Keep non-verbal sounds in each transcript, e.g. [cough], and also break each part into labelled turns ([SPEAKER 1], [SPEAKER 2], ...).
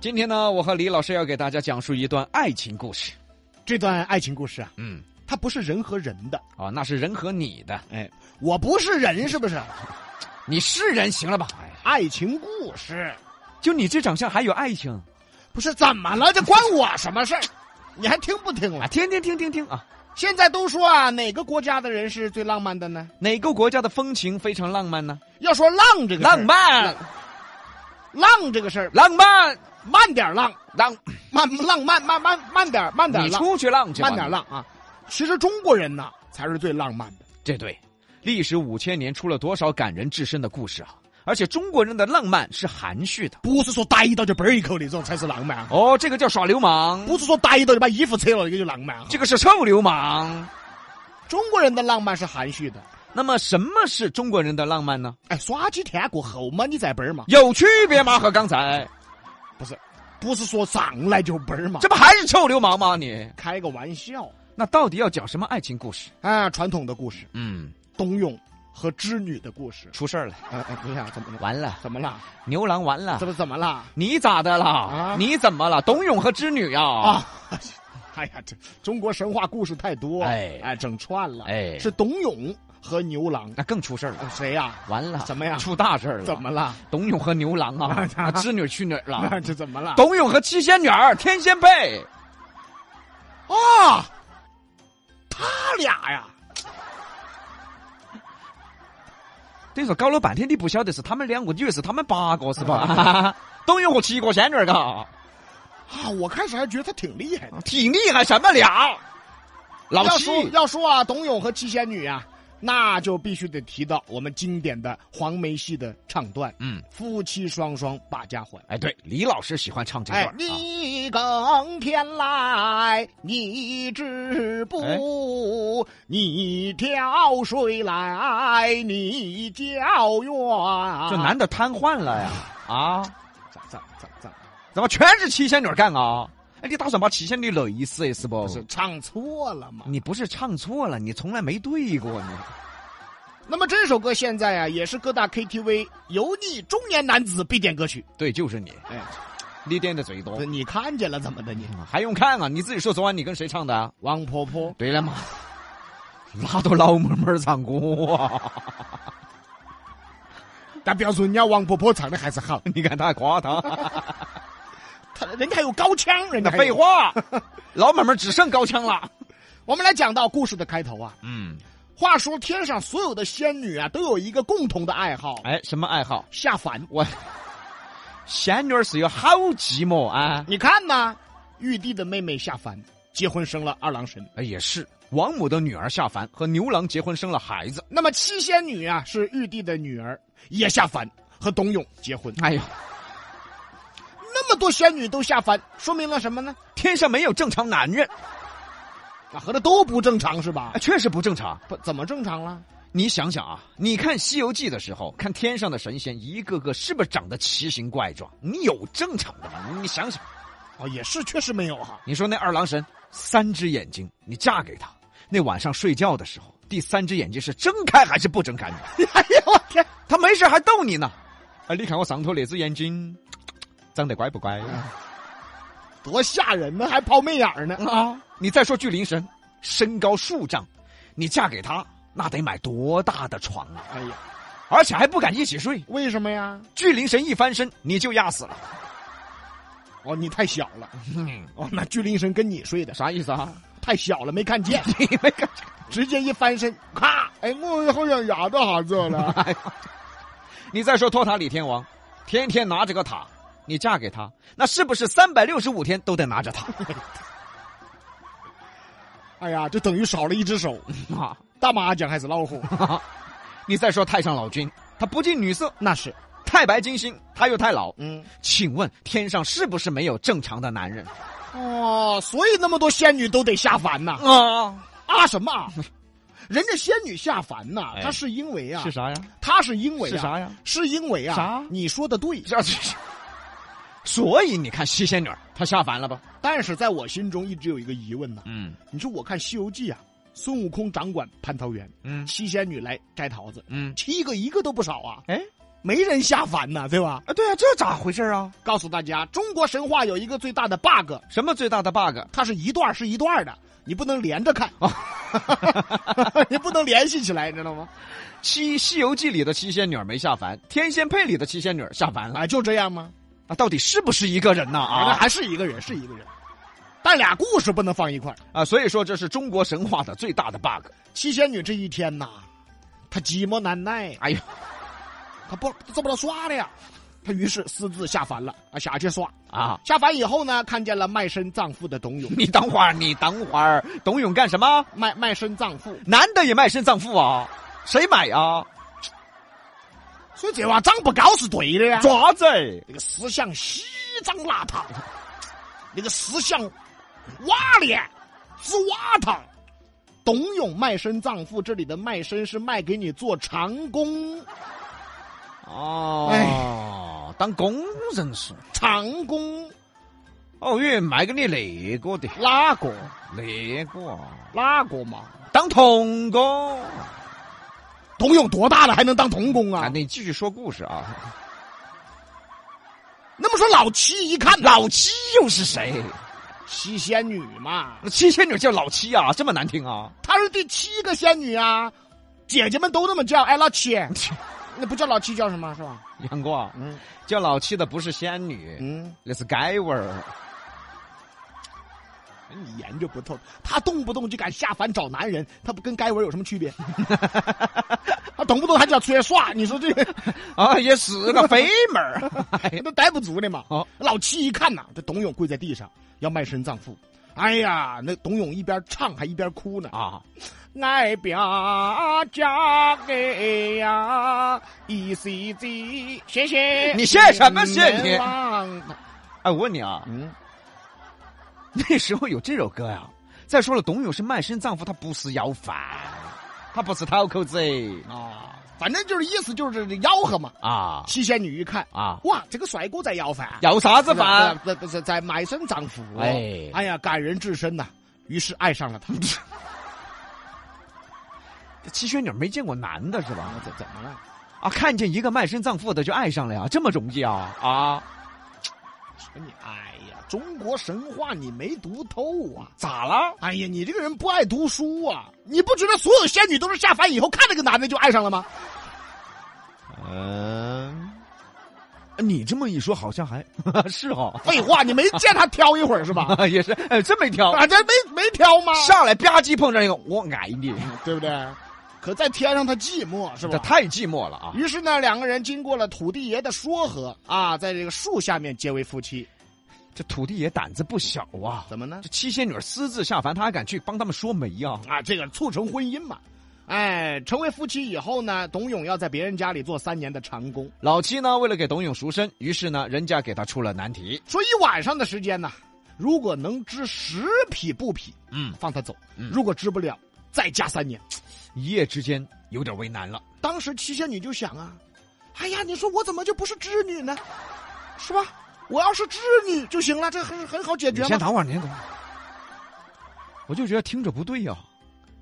[SPEAKER 1] 今天呢，我和李老师要给大家讲述一段爱情故事。
[SPEAKER 2] 这段爱情故事啊，
[SPEAKER 1] 嗯，
[SPEAKER 2] 它不是人和人的，
[SPEAKER 1] 啊，那是人和你的，
[SPEAKER 2] 哎，我不是人是不是？
[SPEAKER 1] 你是人行了吧？哎，
[SPEAKER 2] 爱情故事
[SPEAKER 1] 就你这长相还有爱情
[SPEAKER 2] 不是怎么了？这关我什么事儿？你还听不听
[SPEAKER 1] 啊？
[SPEAKER 2] 了？
[SPEAKER 1] 听听听听听啊！
[SPEAKER 2] 现在都说啊，哪个国家的人是最浪漫的呢？
[SPEAKER 1] 哪个国家的风情非常浪漫呢？
[SPEAKER 2] 要说浪这个事儿
[SPEAKER 1] 浪，漫，
[SPEAKER 2] 浪这个事儿，
[SPEAKER 1] 浪漫，
[SPEAKER 2] 慢点儿浪，
[SPEAKER 1] 浪，
[SPEAKER 2] 慢浪慢慢慢慢点儿慢点儿
[SPEAKER 1] 你
[SPEAKER 2] 浪，
[SPEAKER 1] 出去浪去吧，
[SPEAKER 2] 慢点儿浪啊！其实中国人呐，才是最浪漫的。
[SPEAKER 1] 这对，历史五千年出了多少感人至深的故事啊！而且中国人的浪漫是含蓄的
[SPEAKER 2] 不是说逮到就啵儿一口那种才是浪漫啊，
[SPEAKER 1] 哦，这个叫耍流氓，
[SPEAKER 2] 不是说逮到就把衣服扯了那个就浪漫啊。
[SPEAKER 1] 这个是臭流氓。
[SPEAKER 2] 中国人的浪漫是含蓄的，
[SPEAKER 1] 那么什么是中国人的浪漫呢？
[SPEAKER 2] 哎，耍几天过后嘛，你再奔儿嘛，
[SPEAKER 1] 有区别吗？和刚才
[SPEAKER 2] 不是说上来就奔儿嘛，
[SPEAKER 1] 这不还是臭流氓吗？你
[SPEAKER 2] 开个玩笑
[SPEAKER 1] 那到底要讲什么爱情故事？
[SPEAKER 2] 啊。传统的故事，
[SPEAKER 1] 嗯，
[SPEAKER 2] 冬泳和织女的故事。
[SPEAKER 1] 出事儿了，
[SPEAKER 2] 哎哎，等一下，怎么了？
[SPEAKER 1] 完了，
[SPEAKER 2] 怎么了？
[SPEAKER 1] 牛郎完了
[SPEAKER 2] 怎，么怎么了？
[SPEAKER 1] 你咋的了？
[SPEAKER 2] 啊
[SPEAKER 1] 你怎么了？董永和织女啊？
[SPEAKER 2] 啊！哎呀，这中国神话故事太多，
[SPEAKER 1] 哎
[SPEAKER 2] 哎哎，整串了。
[SPEAKER 1] 哎
[SPEAKER 2] 是董永和牛郎，
[SPEAKER 1] 那更出事儿了，
[SPEAKER 2] 呃谁呀？
[SPEAKER 1] 完了，
[SPEAKER 2] 怎么样
[SPEAKER 1] 出大事儿了？
[SPEAKER 2] 怎么了？
[SPEAKER 1] 董永和牛郎 [laughs] 啊，啊织女去哪儿了？
[SPEAKER 2] [laughs] 这怎么了？
[SPEAKER 1] 董永和七仙女儿、天仙配，
[SPEAKER 2] 啊，他俩呀，
[SPEAKER 1] 等于说搞了半天你不晓得是他们两个，你以为是他们八个是吧？ [laughs] 董永和七个仙女儿，嘎，
[SPEAKER 2] 啊，我开始还觉得他挺厉害的。
[SPEAKER 1] 挺厉害什么了？老
[SPEAKER 2] 要
[SPEAKER 1] 七
[SPEAKER 2] 说要说啊，董永和七仙女啊，那就必须得提到我们经典的黄梅戏的唱段，
[SPEAKER 1] 嗯，
[SPEAKER 2] 夫妻双双把家还。
[SPEAKER 1] 哎，对，李老师喜欢唱这段
[SPEAKER 2] 哎
[SPEAKER 1] 儿，啊。
[SPEAKER 2] 你耕田来，你织
[SPEAKER 1] 哎
[SPEAKER 2] 布；你挑水来，你浇园。
[SPEAKER 1] 这男的瘫痪了呀！啊，
[SPEAKER 2] 咋咋咋咋？
[SPEAKER 1] 怎么全是七仙女儿干啊？哎，你打算把七仙女累死是不
[SPEAKER 2] 不？是唱错了吗？
[SPEAKER 1] 你不是唱错了，你从来没对过你。
[SPEAKER 2] 那么这首歌现在啊，也是各大 KTV 油腻中年男子必点歌曲。
[SPEAKER 1] 对，就是你，
[SPEAKER 2] 哎，
[SPEAKER 1] 你点的最多
[SPEAKER 2] 不是。你看见了怎么的你？
[SPEAKER 1] 还用看啊？你自己说昨晚你跟谁唱的、啊？
[SPEAKER 2] 王婆婆，
[SPEAKER 1] 对了嘛，哪个老妹妹儿唱歌啊？ [laughs]
[SPEAKER 2] 但不要说人家王婆婆唱的还是好，
[SPEAKER 1] 你看他还夸 [laughs] 他，
[SPEAKER 2] 她人家还有高腔，人
[SPEAKER 1] 那
[SPEAKER 2] 家还有
[SPEAKER 1] 废。话，老妹妹儿只剩高腔了。
[SPEAKER 2] 我们来讲到故事的开头啊。
[SPEAKER 1] 嗯，
[SPEAKER 2] 话说天上所有的仙女啊，都有一个共同的爱好，
[SPEAKER 1] 哎，什么爱好？
[SPEAKER 2] 下凡。
[SPEAKER 1] 我仙女儿是有好寂寞啊。
[SPEAKER 2] 你看呐，玉帝的妹妹下凡结婚生了二郎神，
[SPEAKER 1] 哎，也是，王母的女儿下凡和牛郎结婚生了孩子。
[SPEAKER 2] 那么七仙女啊是玉帝的女儿，也下凡和董永结婚。
[SPEAKER 1] 哎呀，
[SPEAKER 2] 那么多仙女都下凡，说明了什么呢？
[SPEAKER 1] 天上没有正常男人，
[SPEAKER 2] 啊，合着都不正常是吧
[SPEAKER 1] 哎？确实不正常。
[SPEAKER 2] 不怎么正常了？
[SPEAKER 1] 你想想啊，你看《西游记》的时候，看天上的神仙一个个是不是长得奇形怪状？你有正常的吗？你想想，
[SPEAKER 2] 哦，也是，确实没有哈。
[SPEAKER 1] 你说那二郎神三只眼睛，你嫁给他，那晚上睡觉的时候，第三只眼睛是睁开还是不睁开呢？
[SPEAKER 2] [laughs] 哎呀，我天！
[SPEAKER 1] 他没事还逗你呢。哎，你看我上头那只眼睛，长得乖不乖？
[SPEAKER 2] 多吓人呢，还抛媚眼儿呢。
[SPEAKER 1] 啊！你再说巨灵神，身高数丈，你嫁给他那得买多大的床啊！
[SPEAKER 2] 哎呀，
[SPEAKER 1] 而且还不敢一起睡。
[SPEAKER 2] 为什么呀？
[SPEAKER 1] 巨灵神一翻身，你就压死了。
[SPEAKER 2] 哦，你太小了。
[SPEAKER 1] 嗯，
[SPEAKER 2] 哦，那巨灵神跟你睡的
[SPEAKER 1] 啥意思啊？
[SPEAKER 2] 太小了，没看见，
[SPEAKER 1] [laughs] 你那个，
[SPEAKER 2] 直接一翻身，咔！哎，我好像压到啥子了。
[SPEAKER 1] 哎呀！你再说托塔李天王，天天拿着个塔，你嫁给他，那是不是三百六十五天都得拿着塔？
[SPEAKER 2] 哎呀，就等于少了一只手。
[SPEAKER 1] [laughs] 啊！
[SPEAKER 2] 大麻将还是老虎？
[SPEAKER 1] 你再说太上老君，他不近女色；
[SPEAKER 2] 那是，
[SPEAKER 1] 太白金星，他又太老。
[SPEAKER 2] 嗯，
[SPEAKER 1] 请问天上是不是没有正常的男人
[SPEAKER 2] 哦，所以那么多仙女都得下凡呐。
[SPEAKER 1] 啊？
[SPEAKER 2] 啊什么啊？人家仙女下凡呐，
[SPEAKER 1] 哎
[SPEAKER 2] 她是因为啊，
[SPEAKER 1] 啥呀？
[SPEAKER 2] 她是因为啊
[SPEAKER 1] 是啥呀？
[SPEAKER 2] 是因为啊，
[SPEAKER 1] 啥
[SPEAKER 2] 你说的对，
[SPEAKER 1] 这这，所以你看七仙女儿她下凡了吧？
[SPEAKER 2] 但是在我心中一直有一个疑问呐、
[SPEAKER 1] 嗯
[SPEAKER 2] 你说我看《西游记》啊，孙悟空掌管蟠桃园，
[SPEAKER 1] 嗯
[SPEAKER 2] 七仙女来摘桃子，
[SPEAKER 1] 嗯，
[SPEAKER 2] 七个一个都不少啊。
[SPEAKER 1] 哎，
[SPEAKER 2] 没人下凡呐、对吧？
[SPEAKER 1] 啊，对啊，这咋回事啊？
[SPEAKER 2] 告诉大家，中国神话有一个最大的 bug，
[SPEAKER 1] 什么最大的 bug？
[SPEAKER 2] 它是一段儿是一段儿的，你不能连着看， [laughs] 你不能联系起来，你知道吗？
[SPEAKER 1] 七《西游记》里的七仙女儿没下凡，《天仙配》里的七仙女儿下凡了。
[SPEAKER 2] 啊，就这样吗？
[SPEAKER 1] 啊，到底是不是一个人呢？
[SPEAKER 2] 啊，那
[SPEAKER 1] 啊
[SPEAKER 2] 还是一个人，是一个人，但俩故事不能放一块儿。
[SPEAKER 1] 啊，所以说这是中国神话的最大的 bug。
[SPEAKER 2] 七仙女这一天呐，她寂寞难耐，
[SPEAKER 1] 哎呀，
[SPEAKER 2] 她不她做不到耍了呀，她于是私自下凡了啊，下去耍。
[SPEAKER 1] 啊，
[SPEAKER 2] 下凡以后呢，看见了卖身葬父的董永，
[SPEAKER 1] 你等会儿，你等会儿，董永干什么？
[SPEAKER 2] 卖卖身葬父，
[SPEAKER 1] 男的也卖身葬父啊？谁买啊？
[SPEAKER 2] 所以这娃长不高是对的呀。
[SPEAKER 1] 爪子！
[SPEAKER 2] 那个思想稀脏邋遢，那个思想瓦脸是瓦糖。董永卖身葬父，这里的卖身是卖给你做长工，
[SPEAKER 1] 哦，当工人说，
[SPEAKER 2] 长工
[SPEAKER 1] 哦，越卖给你那个的，
[SPEAKER 2] 哪个
[SPEAKER 1] 那个
[SPEAKER 2] 哪个嘛？
[SPEAKER 1] 当童工。
[SPEAKER 2] 董永多大了还能当童工
[SPEAKER 1] 啊，
[SPEAKER 2] 啊？
[SPEAKER 1] 你继续说故事啊。
[SPEAKER 2] 那么说老七一看
[SPEAKER 1] 老七又是谁？
[SPEAKER 2] 七仙女嘛，
[SPEAKER 1] 七仙女叫老七啊，这么难听啊？
[SPEAKER 2] 她是第七个仙女啊，姐姐们都那么叫。哎，
[SPEAKER 1] [laughs]
[SPEAKER 2] 老七，那不叫老七叫什么是吧？
[SPEAKER 1] 杨过，啊
[SPEAKER 2] 嗯
[SPEAKER 1] 叫老七的不是仙女，
[SPEAKER 2] 嗯，
[SPEAKER 1] 那是街味儿。
[SPEAKER 2] 你研究不透，她动不动就敢下凡找男人，她不跟该文有什么区别？ [laughs] 她动不动还叫出去耍，你说这个
[SPEAKER 1] 啊，也是个飞妹儿。 [laughs]
[SPEAKER 2] 都待不足的嘛？
[SPEAKER 1] 哎哦
[SPEAKER 2] 老七一看呐、这董永跪在地上要卖身葬父，哎呀，那董永一边唱还一边哭呢。
[SPEAKER 1] 啊，
[SPEAKER 2] 爱表嫁给呀，一 C G，谢谢。
[SPEAKER 1] [laughs] 你谢什么谢你
[SPEAKER 2] 难忘的？
[SPEAKER 1] 哎，我问你啊， [laughs]
[SPEAKER 2] 嗯，
[SPEAKER 1] 那时候有这首歌呀、再说了，董永是卖身葬父，他不是要饭，他不是讨口子
[SPEAKER 2] 啊，反正就是意思就是吆喝嘛。
[SPEAKER 1] 啊
[SPEAKER 2] 七仙女一看，
[SPEAKER 1] 啊，
[SPEAKER 2] 哇，这个帅哥在要啊饭，
[SPEAKER 1] 要啥子饭？
[SPEAKER 2] 不是不是在卖身葬父。
[SPEAKER 1] 哎嗯
[SPEAKER 2] 哎呀，感人至深呐、于是爱上了他。
[SPEAKER 1] 七仙女没见过男的是吧？
[SPEAKER 2] 怎怎么了？
[SPEAKER 1] 啊，看见一个卖身葬父的就爱上了呀，这么容易啊啊？
[SPEAKER 2] 你哎呀，中国神话你没读透啊！
[SPEAKER 1] 咋了？
[SPEAKER 2] 哎呀，你这个人不爱读书啊！你不觉得所有仙女都是下凡以后看那个男的就爱上
[SPEAKER 1] [laughs]
[SPEAKER 2] 了吗？
[SPEAKER 1] 嗯，你这么一说，好像 [laughs] 还是哈、
[SPEAKER 2] 废话，你没见他挑一会儿是
[SPEAKER 1] [laughs]
[SPEAKER 2] 吧？
[SPEAKER 1] 啊，也是，哎，真没挑，
[SPEAKER 2] 啊，这没没挑吗？
[SPEAKER 1] 上来吧唧碰上一个，我爱你，
[SPEAKER 2] [laughs] 对不对？可在天上他寂寞是
[SPEAKER 1] 这
[SPEAKER 2] 吧？
[SPEAKER 1] 太寂寞了啊！
[SPEAKER 2] 于是呢，两个人经过了土地爷的说和啊，在这个树下面结为夫妻，
[SPEAKER 1] 这土地爷胆子不小啊，
[SPEAKER 2] 怎么呢？
[SPEAKER 1] 这七仙女私自下凡，他还敢去帮他们说媒啊？
[SPEAKER 2] 啊，这个促成婚姻嘛。哎，成为夫妻以后呢，董永要在别人家里做三年的长工，
[SPEAKER 1] 老七呢，为了给董永赎身，于是呢，人家给他出了难题。
[SPEAKER 2] 说一晚上的时间呢，如果能织十匹布匹，
[SPEAKER 1] 嗯，
[SPEAKER 2] 放他走；
[SPEAKER 1] 嗯
[SPEAKER 2] 如果织不了，再加三年。
[SPEAKER 1] 一夜之间有点为难了。
[SPEAKER 2] 当时七仙女就想啊，哎呀，你说我怎么就不是织女呢？是吧？我要是织女就行了，这很很好解
[SPEAKER 1] 你
[SPEAKER 2] 决
[SPEAKER 1] 先
[SPEAKER 2] 嘛。
[SPEAKER 1] 等会儿，你先等会儿。我就觉得听着不对呀、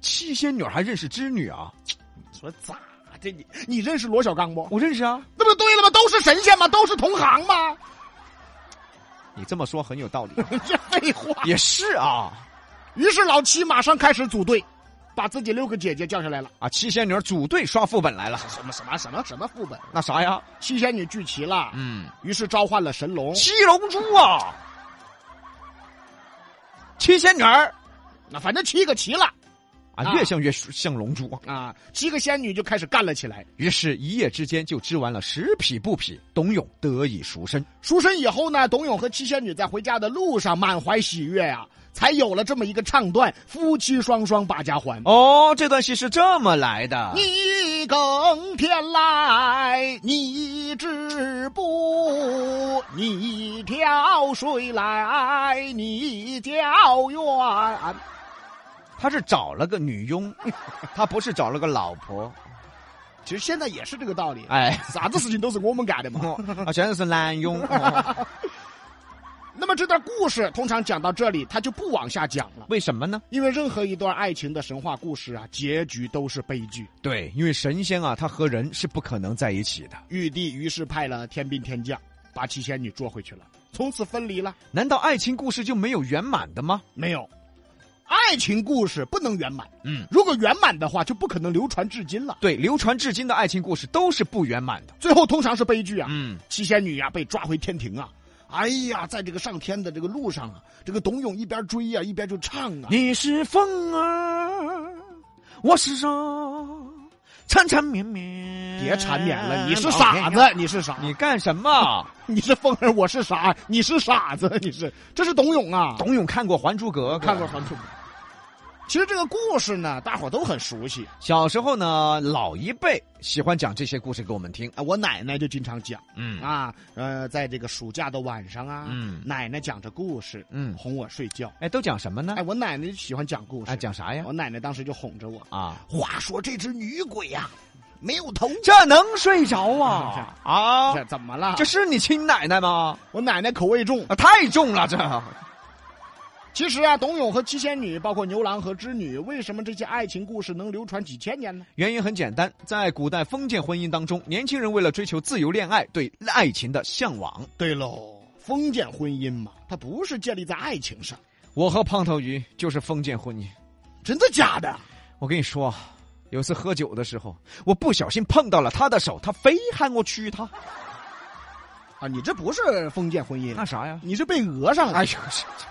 [SPEAKER 1] 七仙女还认识织女啊？
[SPEAKER 2] 说咋这你你认识罗小刚不？
[SPEAKER 1] 我认识啊。
[SPEAKER 2] 那不对了吗？都是神仙嘛，都是同行嘛，
[SPEAKER 1] 你这么说很有道理，
[SPEAKER 2] [laughs] 这废话。
[SPEAKER 1] [laughs] 也是啊。
[SPEAKER 2] 于是老七马上开始组队，把自己六个姐姐叫下来了。
[SPEAKER 1] 啊，七仙女组队刷副本来了。
[SPEAKER 2] 什么什么什么什么副本？
[SPEAKER 1] 那啥呀？
[SPEAKER 2] 七仙女聚齐了，
[SPEAKER 1] 嗯，
[SPEAKER 2] 于是召唤了神龙。
[SPEAKER 1] 七龙珠啊，七仙女儿
[SPEAKER 2] 那反正七个齐了
[SPEAKER 1] 啊，
[SPEAKER 2] 啊
[SPEAKER 1] 越像越像龙珠啊。
[SPEAKER 2] 啊，七个仙女就开始干了起来。
[SPEAKER 1] 于是，一夜之间就织完了十匹布匹，董永得以赎身。
[SPEAKER 2] 赎身以后呢，董永和七仙女在回家的路上满怀喜悦啊，才有了这么一个唱段：夫妻双双把家还。
[SPEAKER 1] 哦，这段戏是这么来的。
[SPEAKER 2] 你耕田来，你织布；你挑水来，你浇园。
[SPEAKER 1] 他是找了个女佣， [laughs] 他不是找了个老 [laughs] 婆。
[SPEAKER 2] 其实现在也是这个道理，
[SPEAKER 1] 哎， [laughs] 哦啊
[SPEAKER 2] 啥子事情都是我们干的嘛。
[SPEAKER 1] 啊，全是男佣。
[SPEAKER 2] 那么这段故事通常讲到这里，他就不往下讲了，
[SPEAKER 1] 为什么呢？
[SPEAKER 2] 因为任何一段爱情的神话故事啊，结局都是悲剧。
[SPEAKER 1] 对，因为神仙啊，他和人是不可能在一起的。
[SPEAKER 2] 玉帝于是派了天兵天将，把七仙女捉回去了，从此分离了。
[SPEAKER 1] 难道爱情故事就没有圆满的吗？
[SPEAKER 2] 没有，爱情故事不能圆满。
[SPEAKER 1] 嗯，
[SPEAKER 2] 如果圆满的话，就不可能流传至今了。
[SPEAKER 1] 对，流传至今的爱情故事都是不圆满的。
[SPEAKER 2] 最后通常是悲剧啊。
[SPEAKER 1] 嗯，
[SPEAKER 2] 七仙女呀、被抓回天庭啊。哎呀，在这个上天的这个路上啊，这个董永一边追呀、一边就唱啊。
[SPEAKER 1] 你是风儿，我是沙，缠缠绵绵。
[SPEAKER 2] 别缠绵了，
[SPEAKER 1] 嗯
[SPEAKER 2] 你是傻子，你是傻，
[SPEAKER 1] 你干什 [laughs] 么？
[SPEAKER 2] 你是疯人，我是傻，你是傻子，你是，这是董永啊。
[SPEAKER 1] 董永看过《还珠格格》，
[SPEAKER 2] 看过《还珠格格》。其实这个故事呢，大伙都很熟悉
[SPEAKER 1] 小时候呢，老一辈喜欢讲这些故事给我们听。
[SPEAKER 2] 啊。我奶奶就经常讲
[SPEAKER 1] 嗯
[SPEAKER 2] 啊，呃，在这个暑假的晚上啊，
[SPEAKER 1] 嗯
[SPEAKER 2] 奶奶讲着故事，
[SPEAKER 1] 嗯
[SPEAKER 2] 哄我睡觉。
[SPEAKER 1] 哎，都讲什么呢
[SPEAKER 2] 哎，？我奶奶就喜欢讲故事，
[SPEAKER 1] 哎，讲啥呀？
[SPEAKER 2] 我奶奶当时就哄着我。
[SPEAKER 1] [laughs] 啊，
[SPEAKER 2] 话说这只女鬼呀、没有头，
[SPEAKER 1] 这能睡着啊？ [laughs] 啊，
[SPEAKER 2] 这怎么了？
[SPEAKER 1] 这是你亲奶奶吗？
[SPEAKER 2] 我奶奶口味重。
[SPEAKER 1] 啊，太重了这。
[SPEAKER 2] 其实啊，董永和七仙女，包括牛郎和织女，为什么这些爱情故事能流传几千年呢？
[SPEAKER 1] 原因很简单，在古代封建婚姻当中，年轻人为了追求自由恋爱，对爱情的向往。
[SPEAKER 2] 对喽，封建婚姻嘛，它不是建立在爱情上，
[SPEAKER 1] 我和胖头鱼就是封建婚姻。
[SPEAKER 2] 真的假的？
[SPEAKER 1] 我跟你说啊，有次喝酒的时候，我不小心碰到了他的手，他非喊我娶她。
[SPEAKER 2] 啊，你这不是封建婚姻，
[SPEAKER 1] 那啥呀？
[SPEAKER 2] 你是被讹上了。
[SPEAKER 1] 哎呦，我去